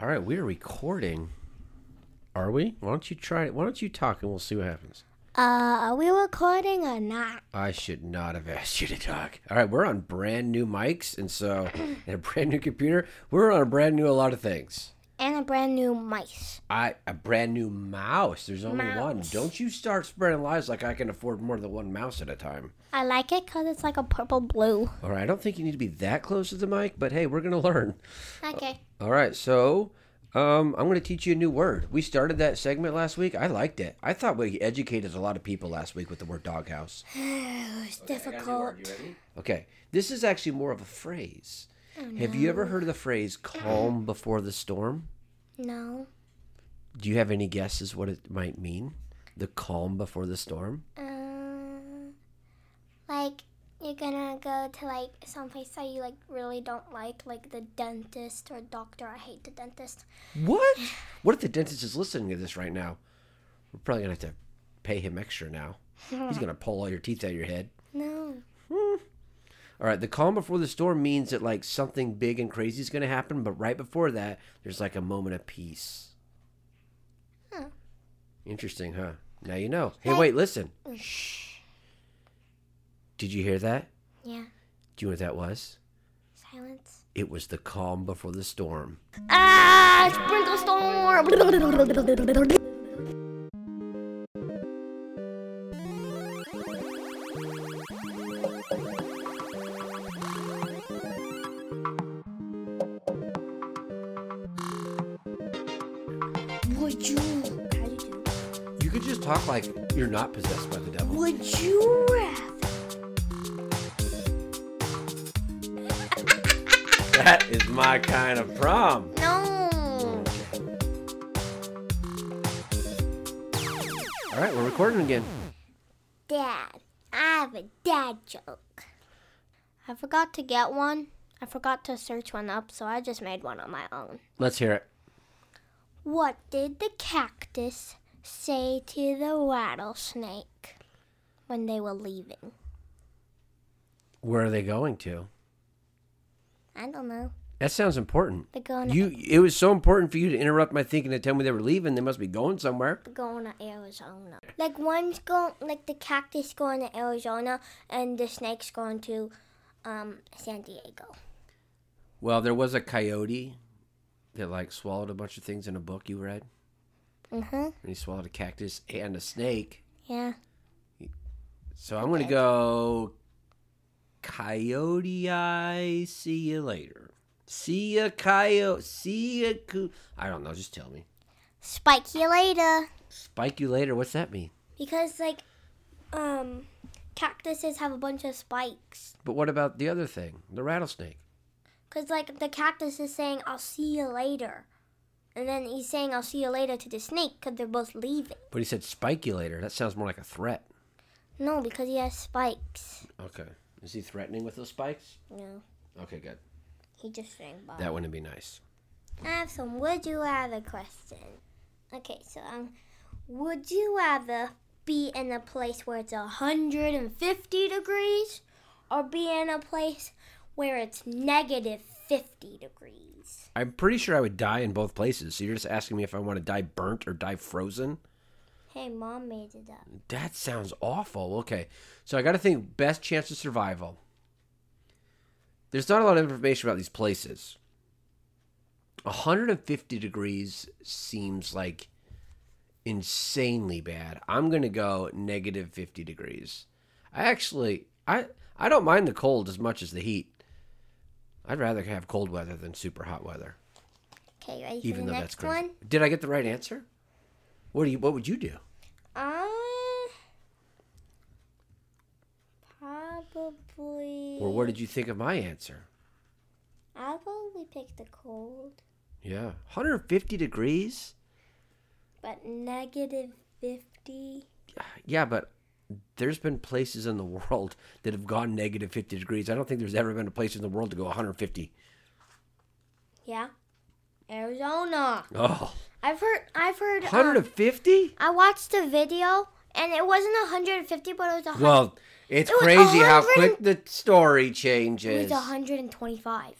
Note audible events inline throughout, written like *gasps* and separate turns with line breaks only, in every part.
All right, we're recording. Are we? Why don't you try it? Why don't you talk and we'll see what happens?
Uh, are we recording or not?
I should not have asked you to talk. All right, we're on brand new mics and so *coughs* and a brand new computer. We're on a brand new a lot of things.
And a brand new mice.
I a brand new mouse. There's only one.
Mouse.
Don't you start spreading lies like I can afford more than one mouse at a time.
I like it because it's like a purple blue.
All right, I don't think you need to be that close to the mic, but hey, we're gonna learn.
Okay.
All right, so um, I'm going to teach you a new word. We started that segment last week. I liked it. I thought we educated a lot of people last week with the word doghouse.
it was Oh, difficult.
Okay, this is actually more of a phrase. Have you ever heard of the phrase calm before the storm?
No.
Do you have any guesses what it might mean? The calm before the storm?
Uh, like, you're gonna go to like someplace that you like really don't like, like the dentist or doctor. I hate the dentist.
What? What if the dentist is listening to this right now? We're probably going to have to pay him extra now. He's going to pull all your teeth out of your head.
No.
Hmm. All right, the calm before the storm means that like something big and crazy is going to happen, but right before that, there's like a moment of peace.
Huh.
Interesting, huh? Now you know. Hey,
Hey.
wait, listen.
Shh.
Did you hear that?
Yeah.
Do you know what that was?
Silence.
It was the calm before the storm.
Ah, sprinkle storm. Would you? How do you do?
You could just talk like you're not possessed by the devil.
Would you rather?
That is my kind of prom.
No.
All right, we're recording again.
Dad, I have a dad joke. I forgot to get one. I forgot to search one up, so I just made one on my own.
Let's hear it.
What did the cactus say to the rattlesnake when they were leaving?
Where are they going to?
I don't know.
That sounds important.
They're going
You it was so important for you to interrupt my thinking to tell me they were leaving. They must be going somewhere.
to, going to Arizona. Like one's going, like the cactus going to Arizona, and the snake's going to um, San Diego.
Well, there was a coyote that like swallowed a bunch of things in a book you read,
Uh huh.
and he swallowed a cactus and a snake.
Yeah.
So I'm gonna go coyote. I see you later. See ya, coyote. See ya, coo. I don't know. Just tell me.
Spike you later.
Spike you later. What's that mean?
Because like, um, cactuses have a bunch of spikes.
But what about the other thing, the rattlesnake?
Cause like the cactus is saying, "I'll see you later," and then he's saying, "I'll see you later" to the snake, cause they're both leaving.
But he said spike you later. That sounds more like a threat.
No, because he has spikes.
Okay. Is he threatening with those spikes?
No,
Okay, good.
he just sang Bob.
That wouldn't be nice.
I have some would you rather question. Okay, so um, would you rather be in a place where it's 150 degrees, or be in a place where it's negative 50 degrees?
I'm pretty sure I would die in both places. So you're just asking me if I want to die burnt or die frozen?
Hey, mom made it up.
That sounds awful. Okay. So I got to think best chance of survival. There's not a lot of information about these places. 150 degrees seems like insanely bad. I'm going to go negative 50 degrees. I actually I I don't mind the cold as much as the heat. I'd rather have cold weather than super hot weather.
Okay, ready
even though
for the
that's
next
crazy.
one?
Did I get the right answer? What do you? What would you do?
I probably.
Or what did you think of my answer?
I'll probably pick the cold,
Yeah, 150 degrees.
but negative fifty.
Yeah, but there's been places in the *laughs* world that have gone negative 50 degrees. I don't think there's ever been a place in the world to go 150.
Yeah, Arizona.
Oh,
I've heard. I've heard. um,
150?
I watched a video, and it wasn't hundred and fifty, but it was a hundred.
Well, it's
It was
crazy how
100
quick
and-
the story
It was
changes.
hundred and twenty-five.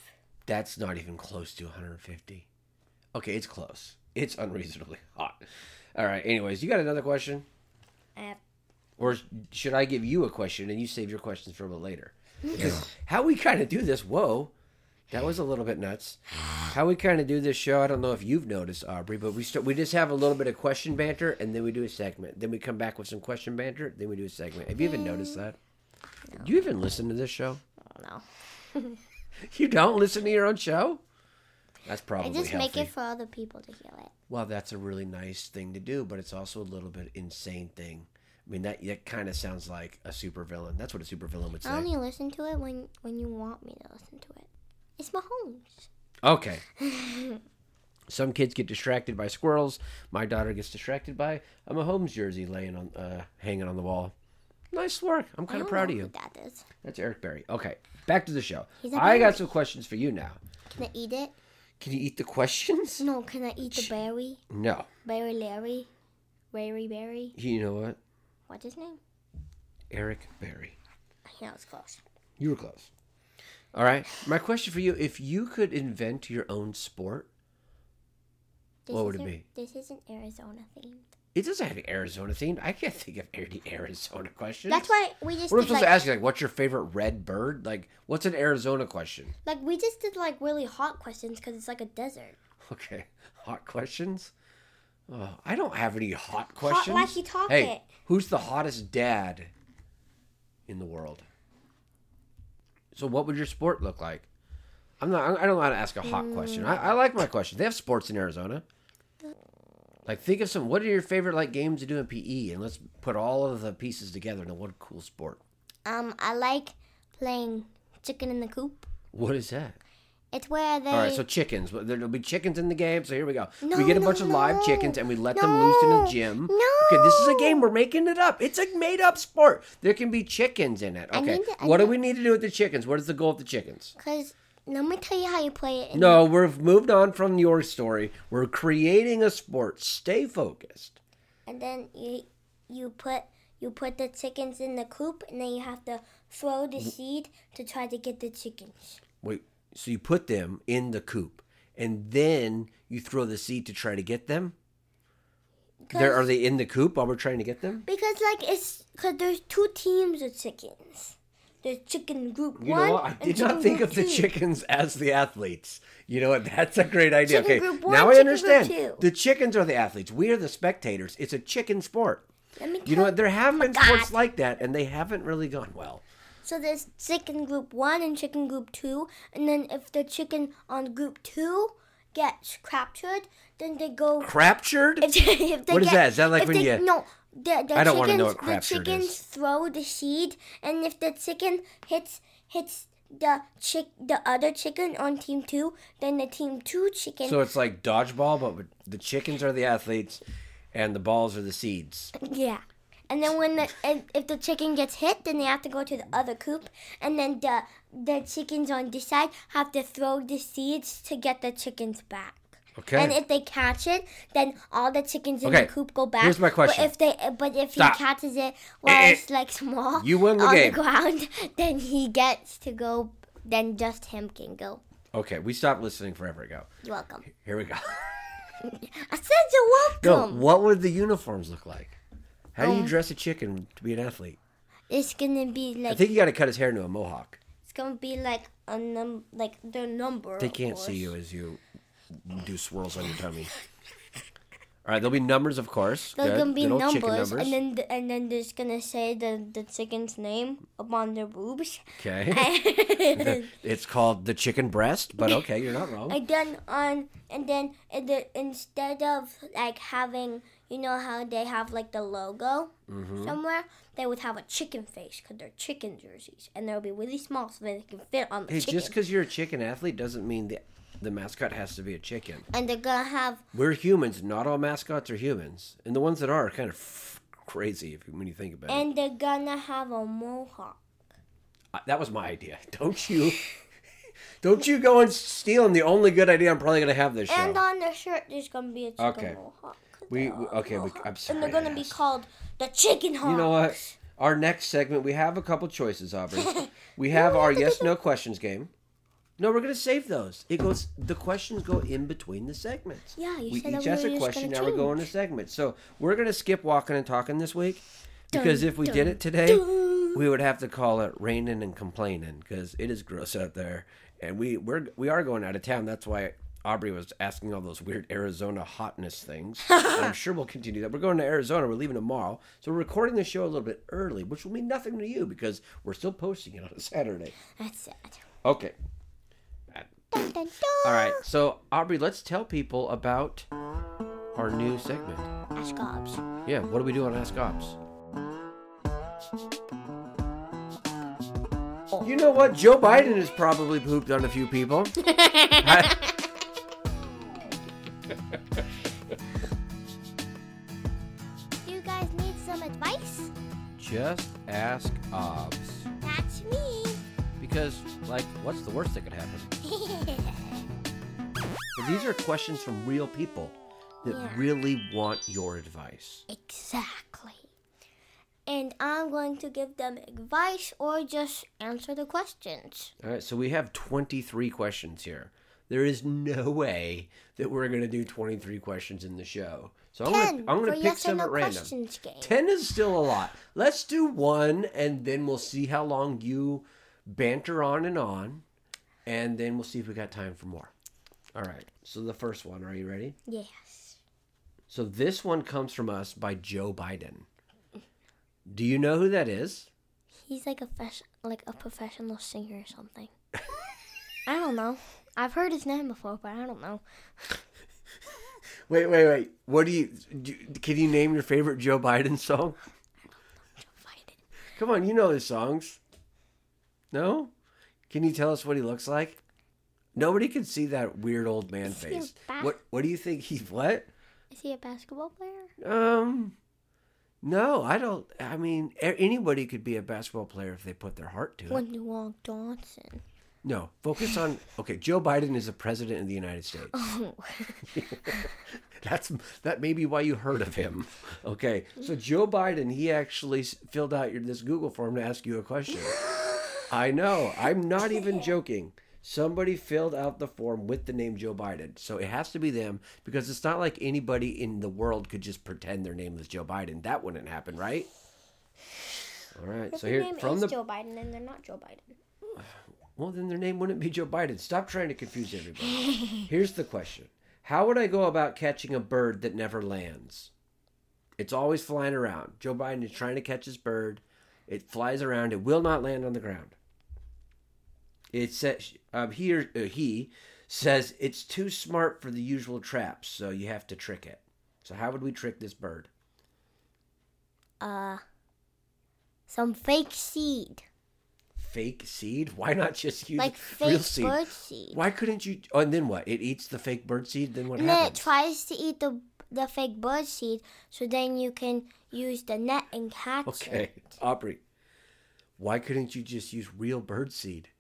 That's not even close to 150. Okay, it's close. It's unreasonably *laughs* hot. All right. Anyways, you got another question,
I have
or should I give you a question and you save your questions for a little later? Because how we kind of do this? Whoa, that was a little bit nuts. How we kind of do this show? I don't know if you've noticed, Aubrey, but we start, we just have a little bit of question banter, and then we do a segment. Then we come back with some question banter. Then we do a segment. Have you even noticed that? Do you even listen to this show?
I don't know.
You don't listen to your own show? That's probably
I just make
healthy.
it for other people to hear it.
Well, that's a really nice thing to do, but it's also a little bit insane thing. I mean, that that kind of sounds like a supervillain. That's what a supervillain would say.
I only listen to it when when you want me to listen to it. It's Mahomes.
Okay. *laughs* Some kids get distracted by squirrels. My daughter gets distracted by a Mahomes jersey laying on, uh, hanging on the wall. Nice work. I'm kind of
I don't
proud
know
of
who
you.
That is.
That's Eric Berry. Okay, back to the show.
He's a
I got
berry.
some questions for you now.
Can I eat it?
Can you eat the questions? *laughs*
No. Can I eat the berry?
No.
Berry Larry. Berry Berry.
You know what?
What's his name?
Eric Berry.
Yeah, it's close.
You were close. All right. My question for you: If you could invent your own sport,
This
What would it
isn't-
be?
This isn't Arizona themed.
it doesn't have an Arizona theme. I can't think of any *laughs* Arizona questions.
That's why we just
What am I
did
supposed
like,
to ask you? Like, what's your favorite red bird? Like, what's an Arizona question?
like we just did like really hot questions because it's like a desert.
*laughs* Okay, hot questions. Oh, I don't have any hot questions.
wacky topic.
Hey, who's the hottest dad in the world? So, what would your sport look like? I'm not. I don't know how to ask a hot question. I, I like my question. They have sports in Arizona. Like, think of some. What are your favorite like games to do in PE? And let's put all of the pieces together into one cool sport.
Um, I like playing chicken in the coop.
What is that?
It's where they.
All right, so chickens. Well, There'll be chickens in the game. So here we go. we
No,
get a
no,
bunch of live
no.
chickens and we let them loose in the
No,
gym.
no.
Okay, this is a game. We're making it up. It's a made up sport. There can be chickens in it. Okay.
need to- I
what do
need-
we need to do with the chickens? What is the goal of the chickens?
Cause let me tell you how you play it. in-
No, we've moved on from your story. We're creating a sport. Stay focused.
And then you you put you put the chickens in the coop, and then you have to throw the
Mm-hmm.
seed to try to get the chickens.
Wait, so you put them in the coop and then you throw the seed to try to get them? There, are they in the coop while we're trying to get them?
Because like it's because there's two teams of chickens. There's chicken group
You
one.
know what? I
and
did
chicken
not think
group
of the
two.
chickens as the athletes. You know what? That's a great idea.
Chicken
okay,
group one,
now I
chicken group
understand.
two.
The chickens are the athletes. We are the spectators. It's a chicken sport.
Let me
You know
tell-
what? There have been
Oh God.
sports like that, and they haven't really gone well.
So there's chicken group one and chicken group two, and then if the chicken on group two gets captured, then they go.
Craptured?
If they, if they
What is
get,
that? Is that like
if
when
they,
you-
No, the, the
I don't wanna
chickens,
know what
the
crapshoot
chickens
is.
throw the seed, and if the chicken hits hits the chick the other chicken on team two, then the team two chicken.
So it's like dodgeball, but with- the chickens are the athletes, and the balls are the seeds.
Yeah. And then when the if, if the chicken gets hit, then they have to go to the other coop, and then the the chickens on this side have to throw the seeds to get the chickens back.
Okay.
And if they catch it, then all the chickens in
Okay,
the coop go back.
here's my question.
But if they uh, but if
Stop.
he catches it while
Eh, eh.
it's like small
You win the
on
game.
the ground, *laughs* then he gets to go. Then just him can go.
Okay, we stopped listening forever ago.
You're welcome.
Here we go. *laughs*
I said you're
No,
welcome.
what would the uniforms look like? How do you
Um,
dress a chicken to be an athlete?
It's gonna be
I
like
think you got to cut his hair into a mohawk.
it's gonna be like a num like the number.
They
of
can't see
course.
you as you do swirls on your tummy. All right, there'll be numbers, of course.
There's
Good.
gonna be
Good old chicken
numbers, and then th- and then there's gonna say the the chicken's name upon
*laughs*
their boobs. *laughs*
okay,
and
it's called the chicken breast,
*laughs*
but okay, you're not wrong.
then on and then and the, instead of like having you know how they have like the logo
Mm-hmm.
somewhere, they would have a chicken face because they're chicken jerseys, and they'll be really small so they can fit on the
Hey,
chicken.
just because you're a chicken athlete doesn't mean the the mascot has to be a chicken.
and they're gonna have
We're humans. Not all mascots are humans, and the ones that are are kind of f- crazy if you, when you think about it.
and they're gonna have a mohawk.
I- that was my idea. *laughs* Don't you? Don't you go and stealing the only good idea I'm probably gonna have this show.
And on their shirt, there's gonna be a chicken
Okay.
mohawk.
We- we- okay, we- I'm
And
sorry I
they're gonna be
asked.
called the chicken hawk.
You know what?
*laughs*
Our next segment, we have a couple choices, Aubrey. We have our yes/no questions game. No, we're gonna save those. It goes. The questions go in between the segments.
Yeah, you
we
said that
each
we
asked
were
a
just
question.
gonna
Now we're going to
change.
segments. So we're gonna skip walking and talking this week because
Dun,
if we
dun,
did it today,
dun.
we would have to call it raining and complaining because it is gross out there, and we we're we are going out of town. That's why Aubrey was asking all those weird Arizona hotness
*laughs*
things. And I'm sure we'll continue that. We're going to Arizona. We're leaving tomorrow, so we're recording the show a little bit early, which will mean nothing to you because we're still posting it on a Saturday.
That's sad.
Okay.
Dun, dun, dun.
All right, so Aubrey, let's tell people about our new segment.
Ask Gobs.
Yeah, what do we do on Ask Ops? You know what? Joe Biden has probably pooped on a few people.
Do you guys need some advice?
*laughs* Just ask Ops.
That's me. *laughs*
Because, like, what's the worst that could happen? But these are questions from real people that
Yeah.
really want your advice.
exactly. And I'm going to give them advice or just answer the questions.
All right, so we have 23 questions here. There is no way that we're going to do 23 questions in the show. So I'm going
Ten
to I'm going
for
to pick
yes
some
and no
at random.
questions game.
10 is still a lot. Let's do one and then we'll see how long you banter on and on. And then we'll see if we got time for more. All right. So the first one, are you ready?
Yes.
So this one comes from us by Joe Biden. Do you know who that is?
He's like a fresh, like a professional singer or something. I don't know. I've heard his name before, but I don't know.
Wait, wait, wait. What do you, do, can you name your favorite Joe Biden song?
Fight it.
Come on, you know his songs. No? Can you tell us what he looks like? Nobody can see that weird old man
he a
face.
bat?
What what do you think he what?
Is he a basketball player?
Um, no, I don't. I mean, a- anybody could be a basketball player if they put their heart to it.
Wendy Wong Johnson.
No, focus on. Okay, Joe Biden is the president of the United States. *laughs* That's that may be why you heard of him. Okay, so Joe Biden, he actually s- filled out your, this Google form to ask you a question. I know. I'm not even joking. Somebody filled out the form with the name Joe Biden. So it has to be them because it's not like anybody in the world could just pretend their name is Joe Biden. That wouldn't happen, right? All right. So here from the
Joe Biden, and they're not Joe Biden.
well, then their name wouldn't be Joe Biden. Stop trying to confuse everybody. *laughs* Here's the question How would I go about catching a bird that never lands? It's always flying around. Joe Biden is trying to catch his bird. It flies around. It will not land on the ground. It says um, he or, uh, he says it's too smart for the usual traps, so you have to trick it. So how would we trick this bird?
Uh, some fake seed,
Fake seed? *laughs* Why not just use *laughs*
like
real
fake
seed?
bird seed.
Why couldn't you? Oh, and then what? It eats the fake bird seed. Then what
and then it
happens?
tries to eat the the fake bird seed, so then you can use the net and *laughs* catch
Okay,
it.
Aubrey, why couldn't you just use real bird seed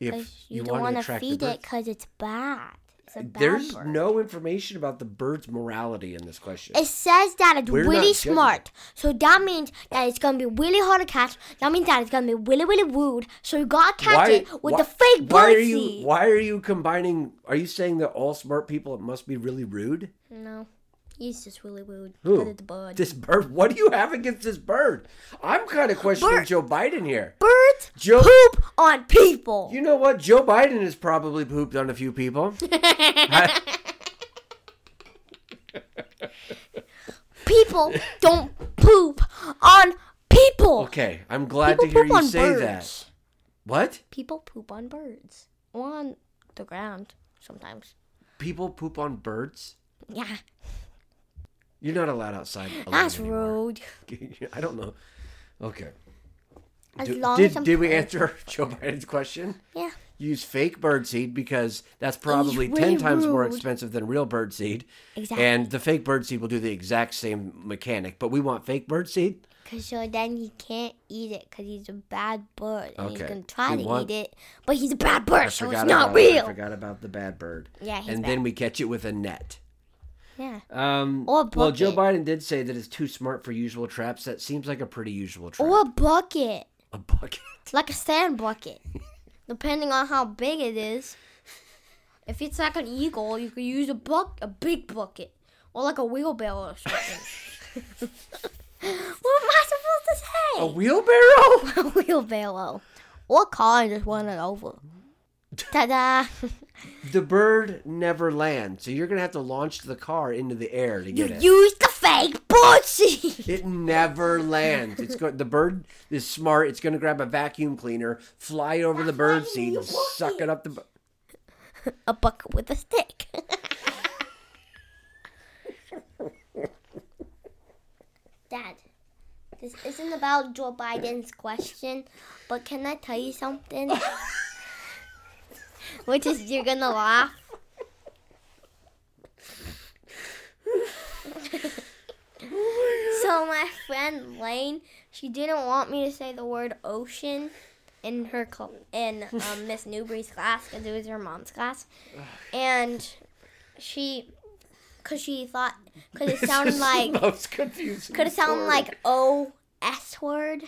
if
'Cause
you,
you, don't
want
want
to
to
attract
feed
the
it
bird?
because it's bad. It's a bad
There's
bird.
no information about the bird's morality in this question.
It says that it's
We're not
really
judging.
smart, so that means that it's gonna be really hard to catch. That means that it's gonna be really, really rude. So you gotta catch it with the fake
why
bird
are you,
seed.
Why are you combining? Are you saying that all smart people must be really rude?
No, he's just really rude.
Who?
Look at the bird.
This bird. What do you have against this bird? I'm kind
*gasps*
of questioning
Bird-
Joe Biden here.
Birds
Joe,
poop on people.
you know what? Joe Biden has probably pooped on a few
*laughs*
people. *laughs*
people don't poop on people.
Okay, I'm glad
people
to hear
poop
you
on
say
birds.
that. What?
People poop on birds. Or on the ground sometimes.
people poop on birds.
Yeah,
You're not allowed outside. alone *laughs*
that's
anymore.
rude.
I don't know. Okay.
As
Do-
long as
did
I'm
did we
playing-
answer *laughs* Joe Biden's question?
Yeah.
Use fake bird seed because that's probably
really
ten times more
rude.
expensive than real bird seed.
Exactly.
And the fake bird seed will do the exact same mechanic, but we want fake bird seed.
Cause so then he can't eat it because he's a bad bird and he's
Okay.
gonna try
We
to
want-
eat it, but he's a bad bird, so it's
Forgot
not
about- I
real.
forgot about the bad bird.
Yeah, he's
and then we catch it with a net.
Yeah,
Um,
Or a
well, Joe
bucket.
Biden did say that it's too smart for usual traps. That seems like a pretty usual trap.
or a bucket,
a bucket.
like a sand bucket. depending on how big it is. If it's like an eagle, you could use a buck, a big bucket, or like a wheelbarrow or something.
*laughs*
what am I supposed to say?
A wheelbarrow?
*laughs* a wheelbarrow. Or car and just run it over. Ta da!
The bird never lands, so you're gonna have to launch the car into the air to *laughs* get it.
Use the fake bullshit!
It never lands. It's go- the bird is smart. It's going to grab a vacuum cleaner, fly over the bird seed, and suck it up the. Bu-
a bucket with a stick. *laughs* Dad, this isn't about Joe Biden's question, but can I tell you something? Which is, you're gonna laugh. so, my friend Lane, she didn't want me to say the word ocean in her cl- in um, Miss Newbury's class because it was her mom's class, and she, cause she thought, cause it
*laughs*
sounded like,
most confusing.
could it sound
word.
like O S word?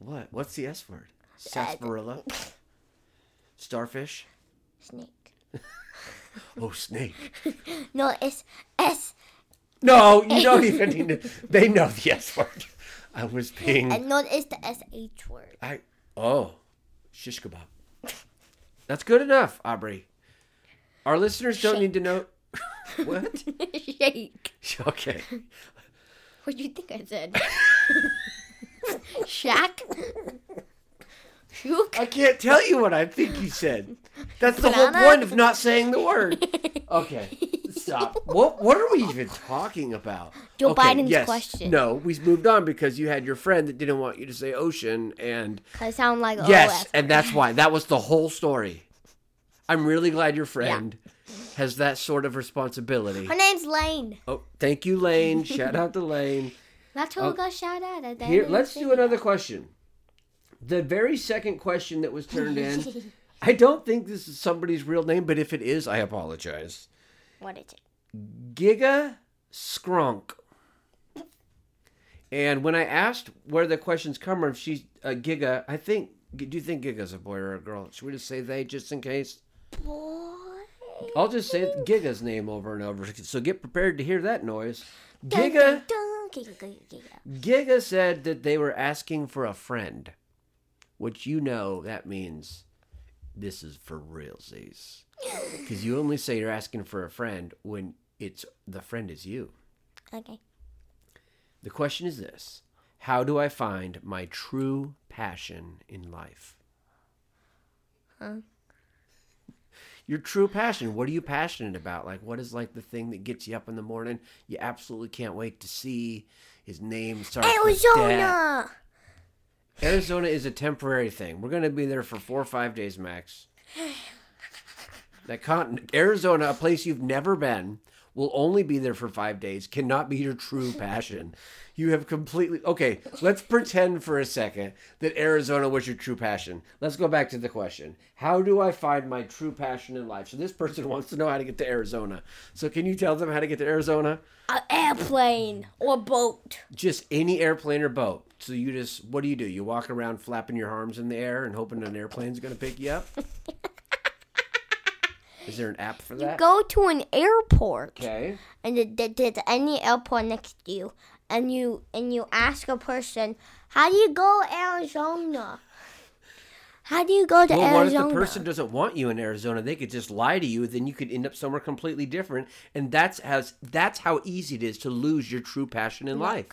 what? What's the S word?
Uh, *laughs*
Sarsaparilla. Starfish.
Snake.
Oh, snake.
No, it's S.
No, you
*laughs*
don't even need to. They know the S word. I was being.
And no, it's the S H word. *laughs*
I. Oh, shish kebab. That's good enough, Aubrey. Our listeners don't need to *laughs* know. what?
Shake.
Okay.
What do you think I said?
*laughs*
Shack. Shook.
I can't tell you what I think you said. That's the whole
Banana?
point of not saying the
*laughs*
word. Okay, stop. What What are we even talking about?
Joe
okay,
Biden's question.
No, we moved on because you had your friend that didn't want you to say ocean, and
Could it sound like
yes,
O S.
and that's why that was the whole story. I'm really glad your friend has that sort of responsibility.
Her name's Lane.
Oh, thank you, Lane. Shout out to Lane.
That's who
Oh.
we got shout out at.
Here, let's do another question. The very second question that was turned in, I don't think this is somebody's real name, but if it is, I apologize.
What is it?
Giga Skronk. And when I asked where the questions come from, she's uh, Giga. I think. Do you think Giga's a boy or a girl? Should we just say they just in case?
Boy.
I'll just say Giga's name over and over. So get prepared to hear that noise. Giga
Dun, dun, giga, giga, giga.
Giga said that they were asking for a friend, which you know that means this is for
*laughs*
realsies. Because you only say you're asking for a friend when it's the friend is you.
Okay.
The question is this How do I find my true passion in life?
Huh.
Your true passion. What are you passionate about? Like, what is like the thing that gets you up in the morning? You absolutely can't wait to see his name starts with that.
Arizona.
Arizona is a temporary thing. We're going to be there for four or five days max. That continent, Arizona, a place you've never been, will only be there for five days, cannot be your true passion. You have completely. Okay, let's pretend for a second that Arizona was your true passion. Let's go back to the question How do I find my true passion in life? So, this person *laughs* wants to know how to get to Arizona. So, can you tell them how to get to Arizona?
An airplane or boat.
just any airplane or boat. So you just what do you do? You walk around flapping your arms in the air and hoping an airplane's going to pick
*laughs*
you up. Is there an app for that?
Go to an airport
okay.
and th- th- there's any airport next to you, and you and you ask a person, "How do you go Arizona? How do you go to
Well, what if
Arizona?"
the person doesn't want you in Arizona? They could just lie to you, then you could end up somewhere completely different, and that's as that's how easy it is to lose your true passion in life.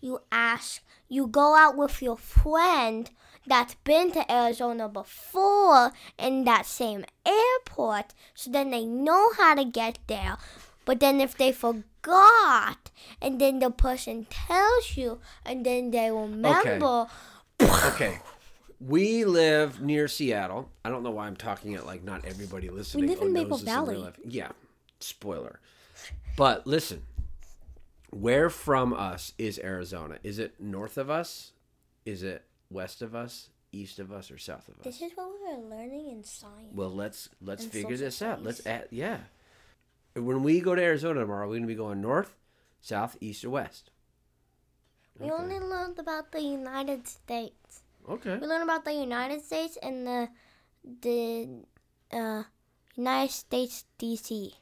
you ask. You go out with your friend that's been to Arizona before in that same airport, so then they know how to get there. But then if they forgot, and then the person tells you, and then they remember.
Okay. We live near Seattle. I don't know why I'm talking it like not everybody listening.
live in
knows
Maple
this real
Valley.
life. Yeah. Spoiler. But listen, where from us is Arizona? Is it north of us? Is it west of us? East of us or south of us?
This is what we were learning in science.
Well, let's let's
And
figure
social
this out. Let's
studies.
add, yeah. When we go to Arizona tomorrow, we're going to be going north, south, east, or west.
We only learned about the United States.
Okay.
We learned about the United States and the the uh, United States D.C.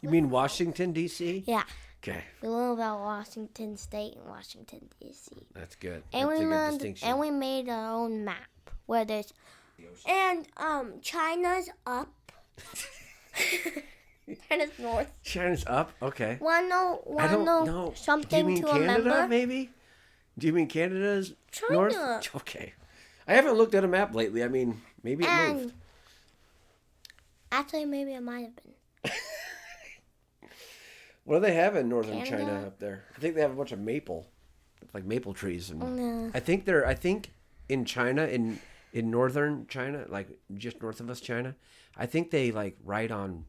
You mean Washington D.C.?
Yeah,
Okay,
we learn about Washington State and Washington D.C.
that's good. that's
And we
a good
learned,
distinction.
and we made our own map where there's and um China's
*laughs*
up. *laughs* China's north.
China's up. Okay.
One no
I
one
don't
no
know.
something
Do you mean
to
Canada,
remember.
maybe? Do you mean Canada's
China.
north? Okay. I haven't looked at a map lately. I mean, maybe it
And
moved.
actually maybe it might have been.
What do they have in northern China
Canada.
up there? I think they have a bunch of maple, like maple trees. And
No.
I think they're. I think in China, in in northern China, like just north of us, China, I think they like ride on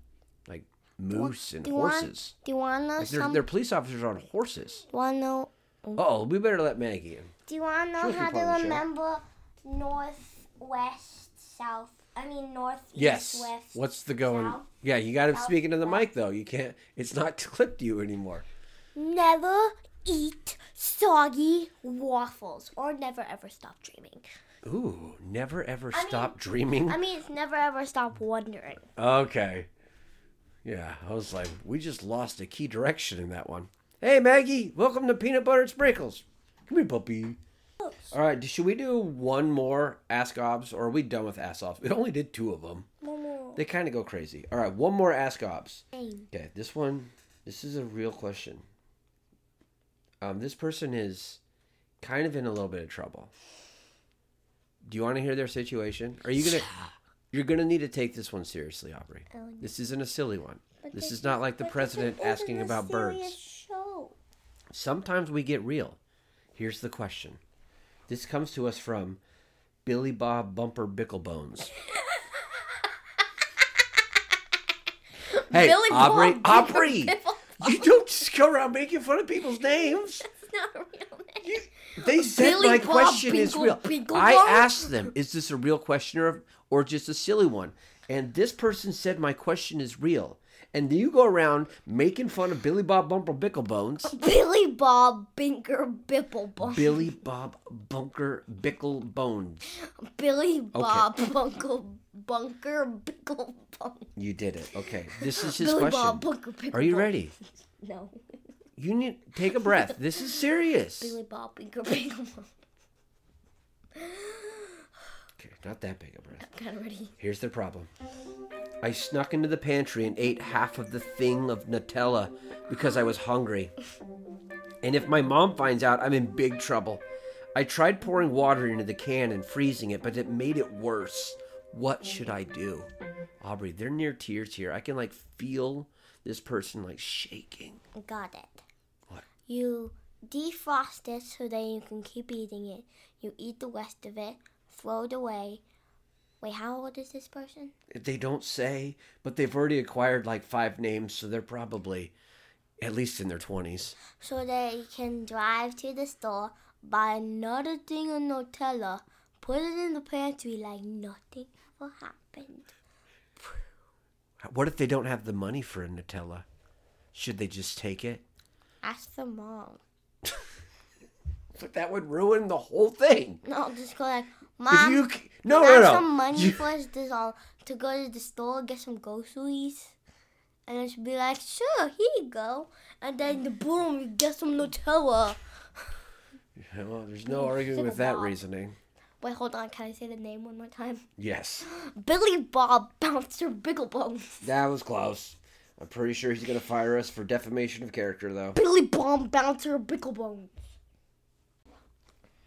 like moose and
do you want-
horses.
Do you wanna know
Like they're,
some
they're police officers on horses.
wanna know
Oh, we better let Maggie in.
do you wanna know
Sure, we
how
can probably
to
share.
remember north, west, south I mean north,
Yes.
east, west.
What's the going?
south,
yeah, you got to
south,
speak into the mic though. You can't. It's not *laughs* clipped to you anymore.
Never eat soggy waffles or never ever stop dreaming.
Ooh, never ever
I
stop
mean- *laughs*
dreaming.
I mean, it's never ever stop wondering.
okay. Yeah, I was like, we just lost a key direction in that one. Hey, Maggie, welcome to Peanut Butter and Sprinkles. Come here, puppy. All right, should we do one more Ask Obs, or are we done with Ask Obs? We only did two of them. They kind of go crazy. All right, one more Ask Obs. Okay, this one, this is a real question. Um, this person is kind of in a little bit of trouble. Do you want to hear their situation? Are you gonna? You're gonna need to take this one seriously, Aubrey. This isn't a silly one. This is not like the president asking about birds.
Show.
Sometimes we get real. Here's the question. This comes to us from Billy Bob Bumper Bicklebones.
*laughs*
hey,
Billy
Aubrey,
Bob Bumper *laughs*
Aubrey,
Bickle-
you don't just go around making fun of people's names.
It's not a real name.
They said
Billy
my
Bob
question is
Bickle-
real.
Bicklebones?
I asked them, is this a real question or, or just a silly one? And this person said my question is real. And then you go around making fun of Billy Bob Bumper
Oh,
Bicklebones,
Billy Bob Binker Bipple Bum.
Billy Bob Bunker Bicklebones.
Billy Bob Bunker Bunker Bickle Bum.
You did it. Okay. This is his
Billy
question.
Bob Bunker Bickle
Are you
Bum.
ready?
No.
You need take a breath. This is serious.
Billy Bob Binker Bickle Bum.
Okay, not that big a breath.
Got ready.
Here's the problem. I snuck into the pantry and ate half of the thing of Nutella because I was hungry. And if my mom finds out, I'm in big trouble. I tried pouring water into the can and freezing it, but it made it worse. What should I do? Aubrey, they're near tears here. I can like feel this person like shaking.
Got it.
What?
You defrost it so that you can keep eating it. You eat the rest of it, throw it away. Wait, how old is this person?
they don't say, but they've already acquired like five names, so they're probably at least in their 20s.
So they can drive to the store, buy another thing of Nutella, put it in the pantry like nothing ever happened.
What if they don't have the money for a Nutella? Should they just take it?
Ask the mom.
But that would ruin the whole thing.
No, just go like,
If
Mom,
you c- no,
got
no, no.
some money
You-
for us this all to go to the store get some groceries, and then she'd be like, "Sure, here you go," and then the boom, you get some Nutella.
well, there's no arguing with that reasoning.
Wait, hold on. Can I say the name one more time?
Yes,
Billy Bob Bouncer Bigglebones.
that was close. I'm pretty sure he's gonna fire us for defamation of character, though.
Billy Bob Bouncer Bigglebones.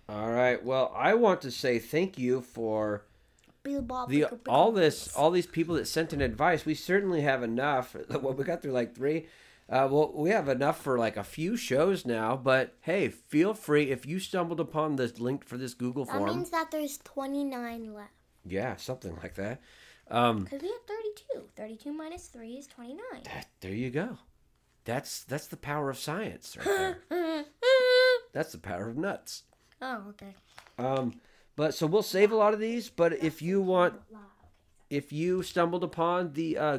All right. Well, I want to say thank you for
Billy Bob.
the
Bickle-
all
Bickle-
this all these people that sent in advice we certainly have enough *laughs* well we got through like three uh, well we have enough for like a few shows now but hey feel free if you stumbled upon this link for this google
That
form
means that there's 29 left.
yeah something like that um
Because we have 32. 32 minus 3 is 29.
that- there you go that's that's the power of science right
*laughs*
there that's the power of nuts
oh, okay.
Um, but so we'll save a lot of these. But if you want, if you stumbled upon the uh,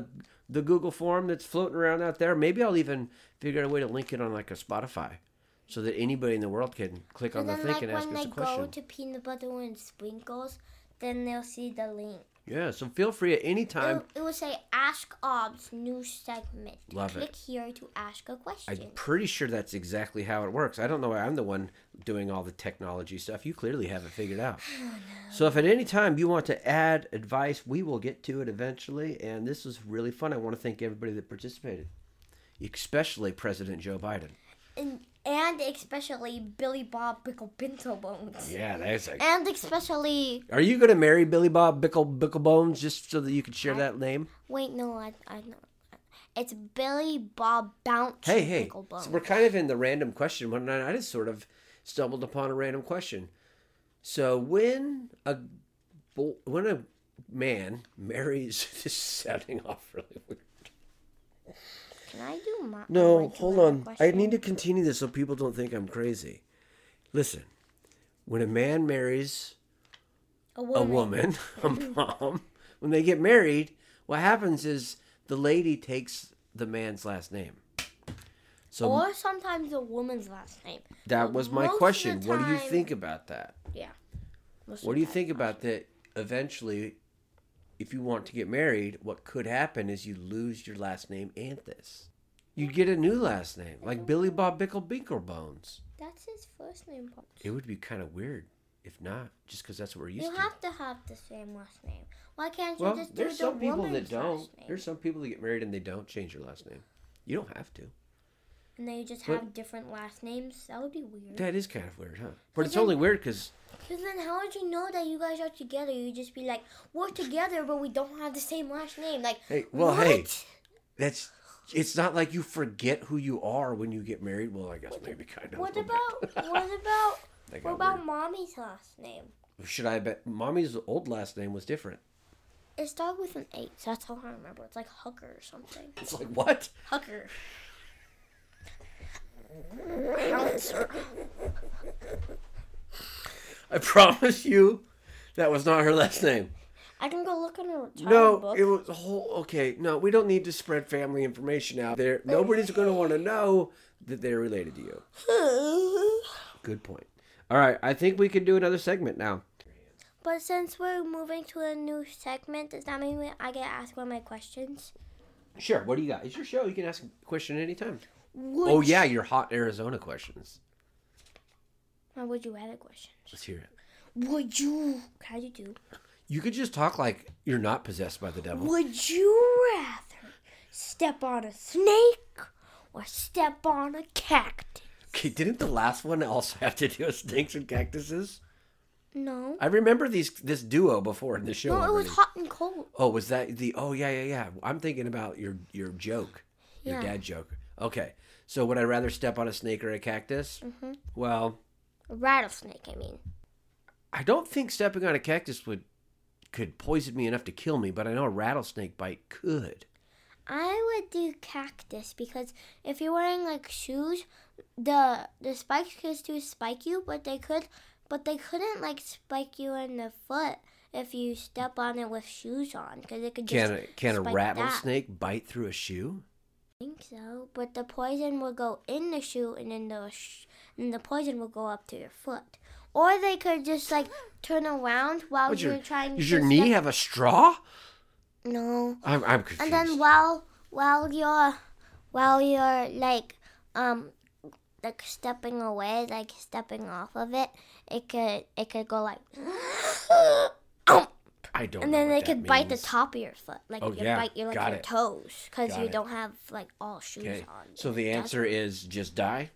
the Google form that's floating around out there, maybe I'll even figure out a way to link it on like a Spotify, so that anybody in the world can click on
And
the
then,
thing
like,
and ask
when
us
they
a
go
question.
to peanut butter and sprinkles, then they'll see the link.
Yeah, so feel free at any time.
It, it will say Ask OBS new segment.
Love it.
Click here to ask a question.
I'm pretty sure that's exactly how it works. I don't know why I'm the one doing all the technology stuff. You clearly have it figured
*sighs*
out.
Oh,
So if at any time you want to add advice, we will get to it eventually. And this was really fun. I want to thank everybody that participated, especially President Joe Biden.
and, and especially Billy Bob Bickle Pinto Bones.
Yeah, that's a.
And especially
Are you going to marry Billy Bob Bickle Bicklebones just so that you could share that name?
wait no I I know it's Billy Bob Bounce
Hey, hey.
Bickle
So
Bones.
we're kind of in the random question one night. I just sort of stumbled upon a random question. So when a bo- when a man marries, *laughs* this is sounding off really weird.
Can I do my I
No,
wanna do
hold
another
on. I
question.
need to continue this so people don't think I'm crazy. Listen, when a man marries
a
a
woman.
woman, a
*laughs*
mom, when they get married, what happens is the lady takes the man's last name. So
Or sometimes a woman's last name.
That
But
was my
most of the
question. what do you
time-
think about that?
Yeah. Most
What
of
do you
the time.
think about that? Eventually, if you want to get married, what could happen is you lose your last name Anthus. You get a new last name, like Billy Bob Bickle Binklebones.
That's his first name. Bob.
It would be kind of weird if not, just because that's what we're used
You
to.
have to have the same last name. Why can't you
well,
just do
there's
the
some people that
woman's
don't.
last name?
There's some people that get married and they don't change their last name. You don't have to.
Mm. And then you just
but-
have different last names. That would be weird.
That is kind of weird, huh? But it's
then-
only weird because
Because then how would you know that you guys are together? You just be like, we're together, but we don't have the same last name. Like,
Hey, well,
what?
hey. That's. It's not like you forget who you are when you get married. Well, I guess maybe kind of. a *laughs*
What
little bit.
about what about
That
what
got
about mommy's last name?
weird. Should I bet? Mommy's old last name was different. *laughs*
It started with an H. So that's all I remember. It's like Hooker or something.
It's like what?
Hooker. Bouncer.
I promise you, that was not her last name.
I can go look in her child
No,
book.
it was a whole. Okay, no, we don't need to spread family information out there. Nobody's going to want to know that they're related to you. Good point. All right, I think we can do another segment now.
*laughs* but since we're moving to a new segment, does that mean I get asked one of my questions?
Sure. What do you got? It's your show. You can ask a question anytime.
Would
Oh yeah, your hot Arizona questions.
My would you rather question.
Let's hear it.
Would you? How do you do?
You could just talk like you're not possessed by the *laughs* devil.
Would you rather step on a snake or step on a cactus?
Okay, didn't the last one also have to do with snakes and cactuses?
No.
I remember these this duo before in the show.
No, it was
already.
hot and cold.
oh, was that the? Oh yeah, yeah, yeah. I'm thinking about your your joke, your
Yeah.
dad joke. Okay, so would I rather step on a snake or a cactus? Mm-hmm. Well,
A rattlesnake, I mean.
I don't think stepping on a cactus would could poison me enough to kill me, but I know a rattlesnake bite could.
I would do cactus because if you're wearing like shoes, the the spikes could still spike you, but they could, but they couldn't like spike you in the foot if you step on it with shoes on because it could just.
Can a, can a
spike that.
rattlesnake bite through a shoe?
think so, but the poison will go in the shoe, and then the sh- and the poison will go up to your foot. Or they could just like turn around while
What's
Oh, you're
your-
trying.
Does
to
your knee
step-
have a straw?
no?
I'm I'm confused.
And then while while you're while you're like um like stepping away, like stepping off of it, it could it could go like. *laughs* um,
I don't.
And
know
then
what
they
that
could bite the
means.
top of your foot, like
Oh,
you
yeah.
bite your like
Got
your
it.
toes, because
Got
you
it.
don't have like all shoes
Okay.
on.
So the
That's
answer is just die.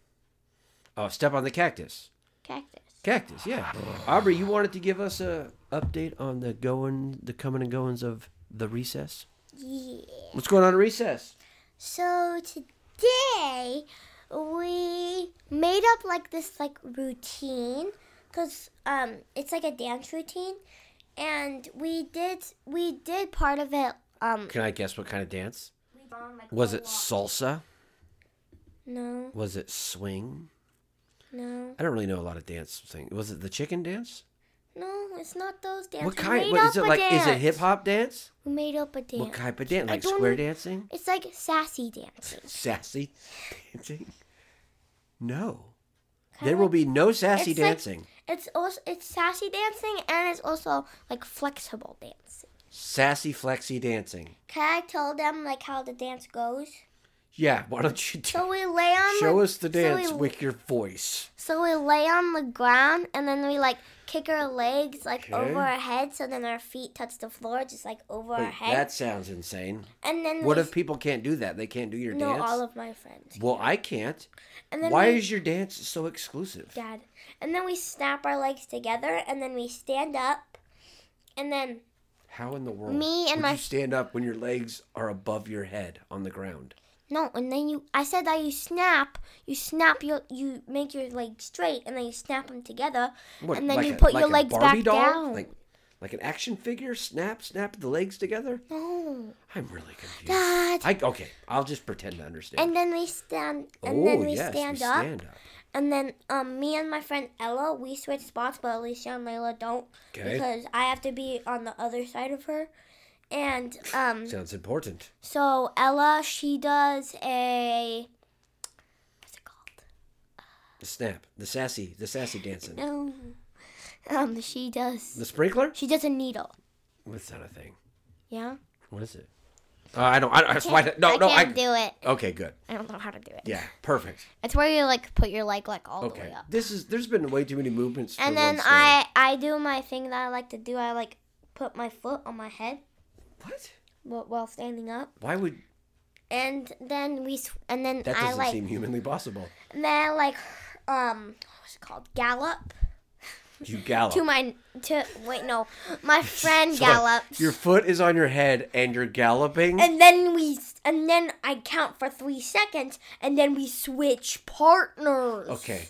Oh, step on the cactus.
cactus.
Cactus, yeah. Aubrey, you wanted to give us a update on the going, the coming and goings of the recess.
Yeah.
What's going on at recess?
So today we made up like this like routine cuz um it's like a dance routine and we did we did part of it um
Can I guess what kind of dance? Was it salsa?
No,
Was it swing?
no.
I don't really know a lot of dance thing. Was it the chicken dance?
No, it's not those dances.
What
We
kind?
made
What, is
up
it
a
like? Is it
dance.
hip hop dance?
We made up a dance.
What type of dance?
I
Like
don't
square
know.
dancing? *laughs*
It's like sassy dancing.
sassy dancing? No. There will be no sassy
It's like-
dancing.
It's also it's sassy dancing and it's also like flexible dancing.
sassy flexy dancing.
Can I tell them like how the dance goes?
Yeah, why don't you do,
So we lay on
show
the,
us the
so
dance
we-
with your voice?
so we lay on the ground and then we like kick our legs like
Okay.
over our head so then our feet touch the floor just like over our
Wait,
head.
that sounds insane.
and then
What
we,
if people can't do that? They can't do your
no
dance.
all of my friends.
well, I can't.
And then
Why
we,
is your dance so exclusive?
*laughs* dad. And then we snap our legs together and then we stand up and then
How in the world?
Me and
would
my-
you stand up when your legs are above your head on the ground.
No, and then you. I said that you snap. You snap your. You make your legs straight, and then you snap them together,
What,
and then
like
you
a-
put
like
your
a
legs
Barbie
back
doll?
down.
Like, like an action figure? Snap, snap the legs together.
no,
I'm really confused.
Dad.
I okay. I'll just pretend to understand.
and then we stand. And
oh
then we,
yes,
stand,
we
up,
stand up.
And then um, me and my friend Ella, we switch spots, but Alicia and Layla don't
Okay.
because I have to be on the other side of her. And um,
Sounds important.
so Ella, she does a. What's it called?
The snap, the sassy, the sassy dancing,
No. Um, she does.
the sprinkler.
She does a needle.
That's not a thing.
Yeah.
What is it? Uh, I don't. I don't. That's why.
can't-
No,
I
no.
can't
I.
do it.
okay, good.
I don't know how to do it.
Yeah, perfect.
It's where you like put your leg like all the
Okay.
way up.
This is. There's been way too many movements. for
And
one
then
story.
I I do my thing that I like to do. I like put my foot on my head
What?
wh- while standing up.
Why would
And then we sw- and then
that
I
doesn't
like
seem humanly possible?
and then I like um what's it called gallop
You
*laughs*
gallop.
to my to wait no my
*laughs*
friend
So,
gallops.
Your foot is on your head and you're galloping.
and then we s- and then I count for three seconds and then we switch partners.
okay.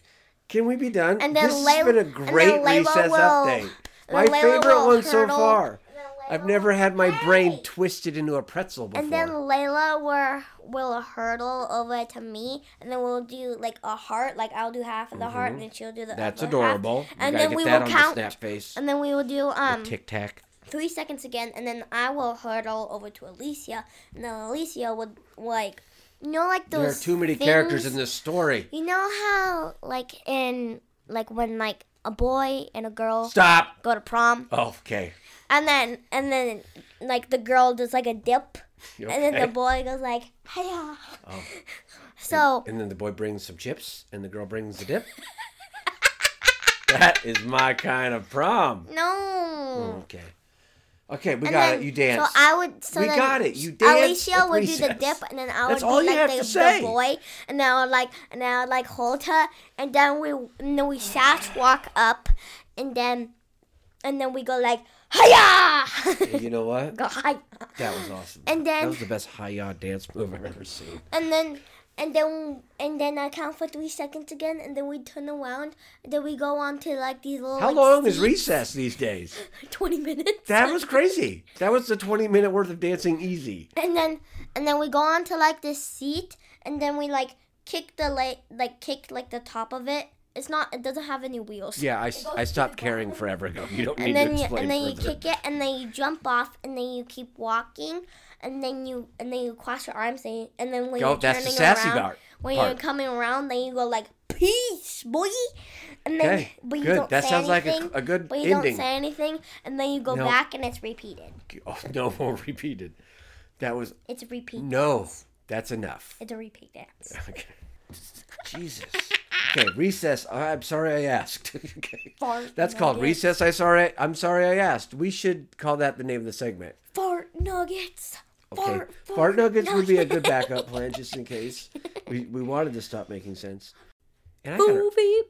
Can we be done?
And then
this
Layla-
has been a
and then
great
Layla
recess
will-
update.
and
My
then Layla
favorite
will
one so
hurdle-
far.
and then Layla
I've
will
never had my brain
play.
twisted into a pretzel before.
And then Layla were, will hurdle over to me, and then we'll do like a heart. Like I'll do half of the heart, and then she'll do the
Mm-hmm. That's
other
adorable.
half.
You
And
gotta
then
get
we
that
will
on
count.
the snap face.
And then we will do um
Tic tac.
three seconds again, and then I will hurdle over to Alicia, and then Alicia would like, you know, like those.
There are too many characters in
things-
this story.
You know how like in like when like a boy and a girl
Stop.
go to prom,
Okay.
and then and then like the girl does like a dip, and then the
Okay.
boy goes like, hiya.
Oh.
*laughs* So.
And then the boy brings some chips, and the girl brings the dip. *laughs* that is my kind of prom.
No.
Okay. Okay, we
Mm. And
got
then-
it. You dance.
So I would. So
We
then
got it. You danced
Alicia
at
would do the
recess.
dip, and then I would
That's
be
all you
like
have
the,
to
the
say.
boy, and then I would like, and then I would like hold her, and then we, and then we sash walk up, and then, and then we go like, hiya, *laughs*
you know what?
go hiya,
That was awesome.
And then-
that was the best high yaw dance move I've ever seen.
and then. And then, and then I count for three seconds again, and then we turn around, and then we go on to like these little.
How
like,
long is
seats.
recess these days?
*laughs* Twenty minutes.
That was crazy. That was the 20 minute worth of dancing easy.
and then and then we go on to like this seat and then we like kick the like like kick like the top of it it's not it doesn't have any wheels
Yeah, I, I stopped caring forever ago. You don't need
and then
to
you,
explain
and then you
further.
kick it and then you jump off and then you keep walking and then you and then you cross your arms and, you, and then when
Yo,
you're
Oh, that's the
turning
sassy
around
part.
when you're
part.
coming around then you go like peace boy and then
Okay,
but you
good.
don't
That
say
sounds like
anything
a, a good
but you
ending.
don't say anything and then you go
No.
back and it's repeated
Oh, *laughs* no more repeated. That was
it's a repeat
no. That's enough.
it's a repeat dance
Okay. Jesus. Okay, recess. I- I'm sorry I asked. *laughs* okay.
Fart
That's called
nuggets.
recess. I sorry. I'm sorry I asked. We should call that the name of the segment.
fart nuggets.
Okay. Fart, nuggets would be a *laughs* good backup plan just in case. We we wanted to stop making sense. And I gotta,
Movie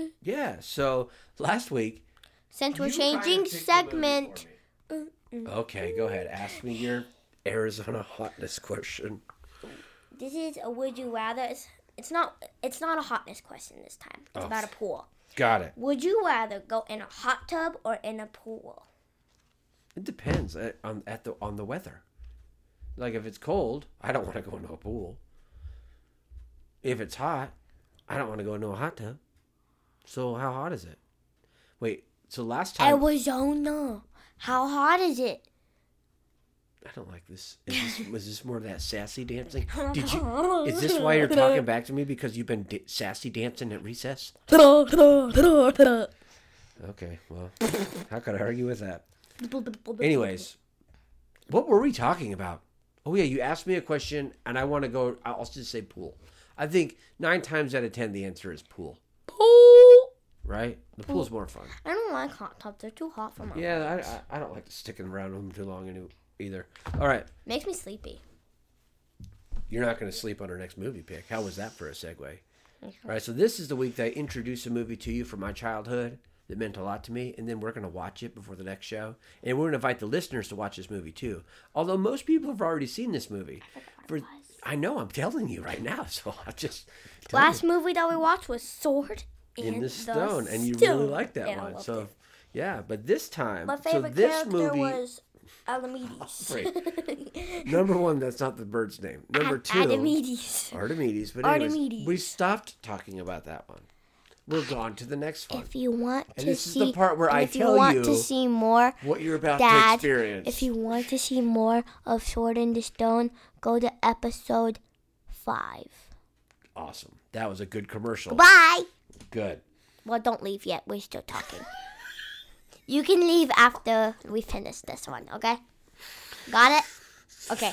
pick.
yeah. So last week.
Since we're changing segment,
Okay, go ahead. Ask me your Arizona hotness question.
this is a would you rather. It's, it's not. It's not a hotness question this time. It's
Oh.
about a pool.
Got it.
Would you rather go in a hot tub or in a pool?
It depends uh, on at the on the weather. Like if it's cold, I don't want to go into a pool. If it's hot, I don't want to go into a hot tub. So how hot is it? Wait. So last time
Arizona. How hot is it?
I don't like this. Is this, was this more of that sassy dancing? Did you? Is this why you're talking back to me because you've been d- sassy dancing at recess? Okay, *laughs* well, how could I argue with that? Anyways, what were we talking about? Oh yeah, you asked me a question, and I want to go. I'll just say pool. I think nine times out of ten, the answer is pool.
Pool.
Right? The pool's more fun.
I don't like hot tubs. They're too hot for my.
Yeah, I, I, I don't like sticking around with them too long any, either. All right,
Makes me sleepy.
you're not going to sleep on our next movie pick. How was that for a segue? All right, so this is the week that I introduce a movie to you from my childhood that meant a lot to me, and then we're going to watch it before the next show. And we're going to invite the listeners to watch this movie too. Although most people have already seen this movie. For, I know, I'm telling you right now, *laughs* so I'll just. tell you.
Last movie that we watched was Sword
in the, stone, and you really
Stone.
liked that
Yeah, I
one.
loved
So,
it.
yeah, but this time,
my
so
favorite
this
character
movie,
was Alamedes. *laughs*
number one, that's not the bird's name. Number
Ad-
two,
Archimedes.
Artemides. But anyways, we
Artemides.
stopped talking about that one. We're gone to the next one.
If you want
And
to
this is
see,
the part where
and
I
if
tell
you want
you
to see more,
What you're about to
Dad,
experience.
if you want to see more of Sword in the Stone, go to episode five.
awesome. That was a good commercial.
Bye.
Good.
Well, don't leave yet. We're still talking. you can leave after we finish this one, okay? Got it? Okay.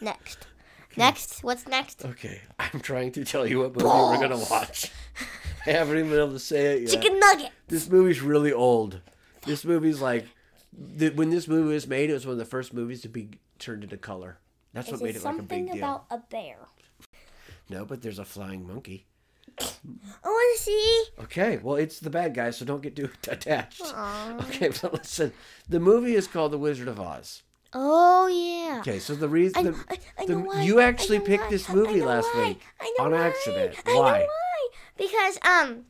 Next. Next. What's next?
Okay, I'm trying to tell you what movie we're gonna watch. I haven't even been able to say it yet.
Chicken nugget.
This movie's really old. This movie's like th- when this movie was made, it was one of the first movies to be turned into color. That's what made it like a big deal.
a bear?
No, but there's a flying monkey.
I want to see.
Okay, well, it's the bad guy, so don't get too *laughs* attached. Okay, *laughs* but listen, the movie is called The Wizard of Oz.
Oh yeah.
Okay, so the reason the,
I, I
the-
know why.
you
I
actually
know
picked
why.
this
I
movie
know
last
why.
week
I know
on
why.
accident.
I know
Why?
why? Because um,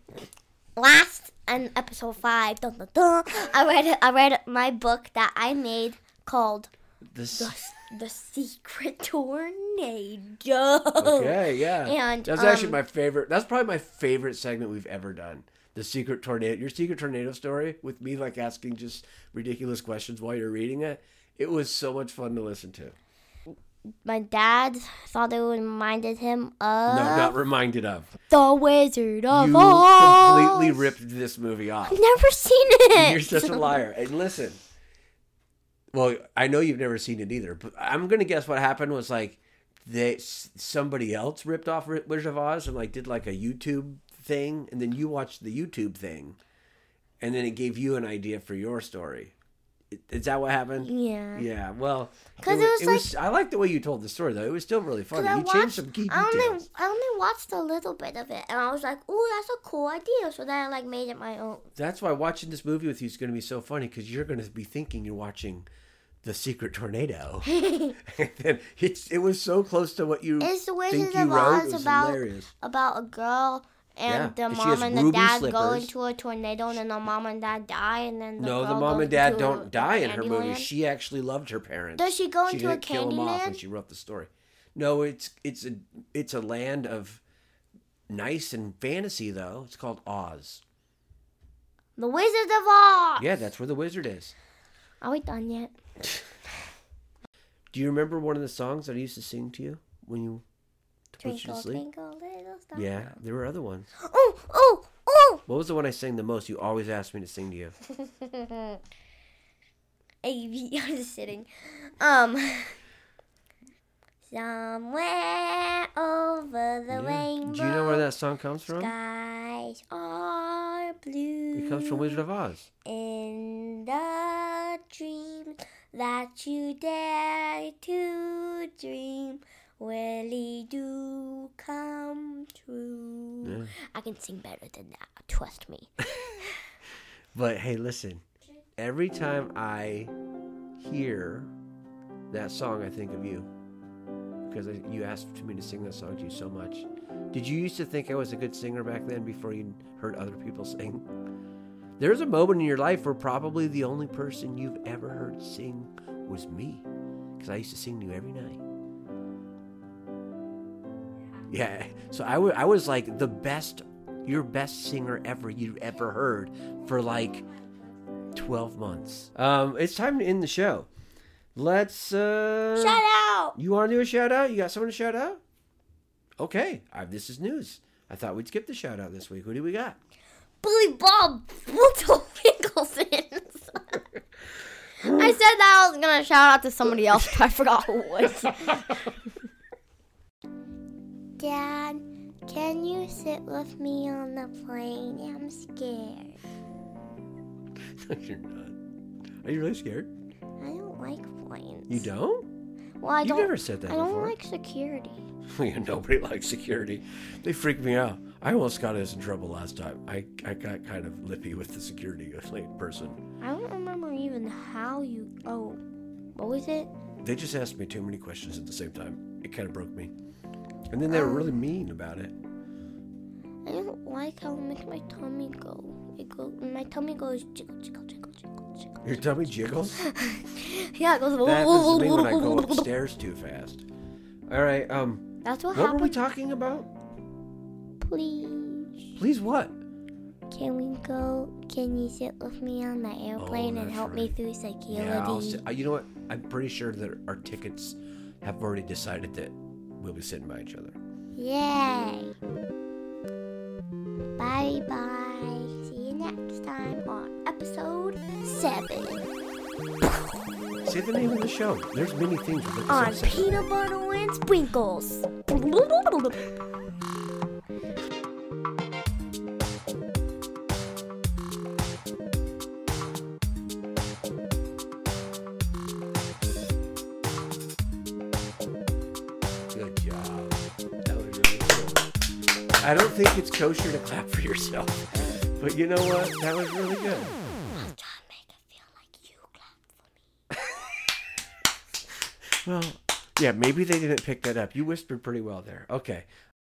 last and episode five, dun, dun, dun, I read I read my book that I made called
This,
the, the Secret Tornado.
okay, yeah,
oh, And,
that's actually
um,
my favorite. That's probably my favorite segment we've ever done. The secret tornado, your secret tornado story with me like asking just ridiculous questions while you're reading it. It was so much fun to listen to.
My dad thought it reminded him
No,
of
not reminded of.
the Wizard of
You
Oz.
completely ripped this movie off.
I've never seen *laughs* it.
You're such a liar. And listen, well, I know you've never seen it either, but I'm gonna guess what happened was like they s- somebody else ripped off Ri- Wizard of Oz and like did like a YouTube thing, and then you watched the YouTube thing, and then it gave you an idea for your story. I- Is that what happened?
Yeah.
Yeah. Well,
'Cause
wa-
it was
I like the way you told the story though. It was still really funny. You
I
changed
watched-
some key
I
details.
only, I only watched a little bit of it, and I was like, "Oh, that's a cool idea." So then I like made it my own. *laughs*
That's why watching this movie with you is going to be so funny because you're going to be thinking you're watching the Secret Tornado. and *laughs* then it's it was so close to what you
Is the
think
Wizard
you
of
wrote. It
Oz
was
about
hilarious.
about a girl
Yeah,
and the
and she has
mom and the
ruby
dad go
slippers.
into a tornado, and then the mom and dad die, and then the
no, the
girl
mom
goes
and dad
into a-
don't die in her
Candyland?
movie. She actually loved her parents.
Does she go
she
into a
didn't kill them off when
Candyland?
she wrote the story. No, it's it's a it's a land of nice and fantasy though. It's called Oz.
The Wizard of Oz.
Yeah, that's where the wizard is.
Are we done yet?
Do you remember one of the songs that I used to sing to you when you to put you to
Twinkle,
sleep?
twinkle, little star.
Yeah, there were other ones.
Oh, oh, oh!
What was the one I sang the most? You always asked me to sing to you.
*laughs* Av, *laughs* I'm just sitting. Um. Somewhere over the
Yeah.
rainbow.
Do you know where that song comes from?
Skies are blue.
It comes from Wizard of Oz.
In the dream that you dare to dream, really do come true.
Yeah.
I can sing better than that, trust me.
But hey, listen. Every time I hear that song, I think of you. Because I- you asked for me to sing that song to you so much. Did you used to think I was a good singer back then before you heard other people sing? There's a moment in your life where probably the only person you've ever heard sing was me. Because I used to sing to you every night. Yeah. So I wa- I was like the best, your best singer ever you ever heard for like 12 months. Um, it's time to end the show. Let's *laughs* uh
Shout out.
You want to do a shout out? You got someone to shout out? Okay, I, this is news. I thought we'd skip the shout out this week. Who do we
*laughs*
got?
Billy Bob Walter Pickleson. I said that I was gonna shout out to somebody else, but I forgot who it was. Dad, can you sit with me on the plane? I'm scared.
No, You're not. Are you really scared?
I don't like planes.
You don't?
Well, I
You've
don't.
never said that
I don't
before.
like security.
*laughs* Yeah, Nobody likes security. They freak me out. I almost got us in trouble last time. I, I got kind of lippy with the security *laughs* like, person.
I don't remember even how you. Oh, what was it?
They just asked me too many questions at the same time. It kind of broke me. And then they were really mean about it.
I don't like how it makes my tummy go. It go. My tummy goes jiggle, jiggle, jiggle, jiggle, jiggle.
Your tummy
*laughs*
jiggles?
Yeah, it goes.
That happens to me when I go
*laughs*
upstairs too fast. All right, um,
That's what,
what were we
happened.
talking about?
Please,
Please what?
can we go? Can you sit with me on the airplane and
Oh, that's
help me
right.
through security?
Yeah, I'll
E
sit, uh, you know what? I'm pretty sure that our tickets have already decided that we'll be sitting by each other.
Yay! Bye bye. See you next time on episode seven
Say the name of the show. There's many things with episode
on
seven.
peanut butter and sprinkles. *laughs*
Good job. That was really cool. I don't think it's kosher to clap for yourself, but you know what? That was really good.
I'll try and make it feel like you clapped for me.
Well, yeah, maybe they didn't pick that up. You whispered pretty well there. Okay.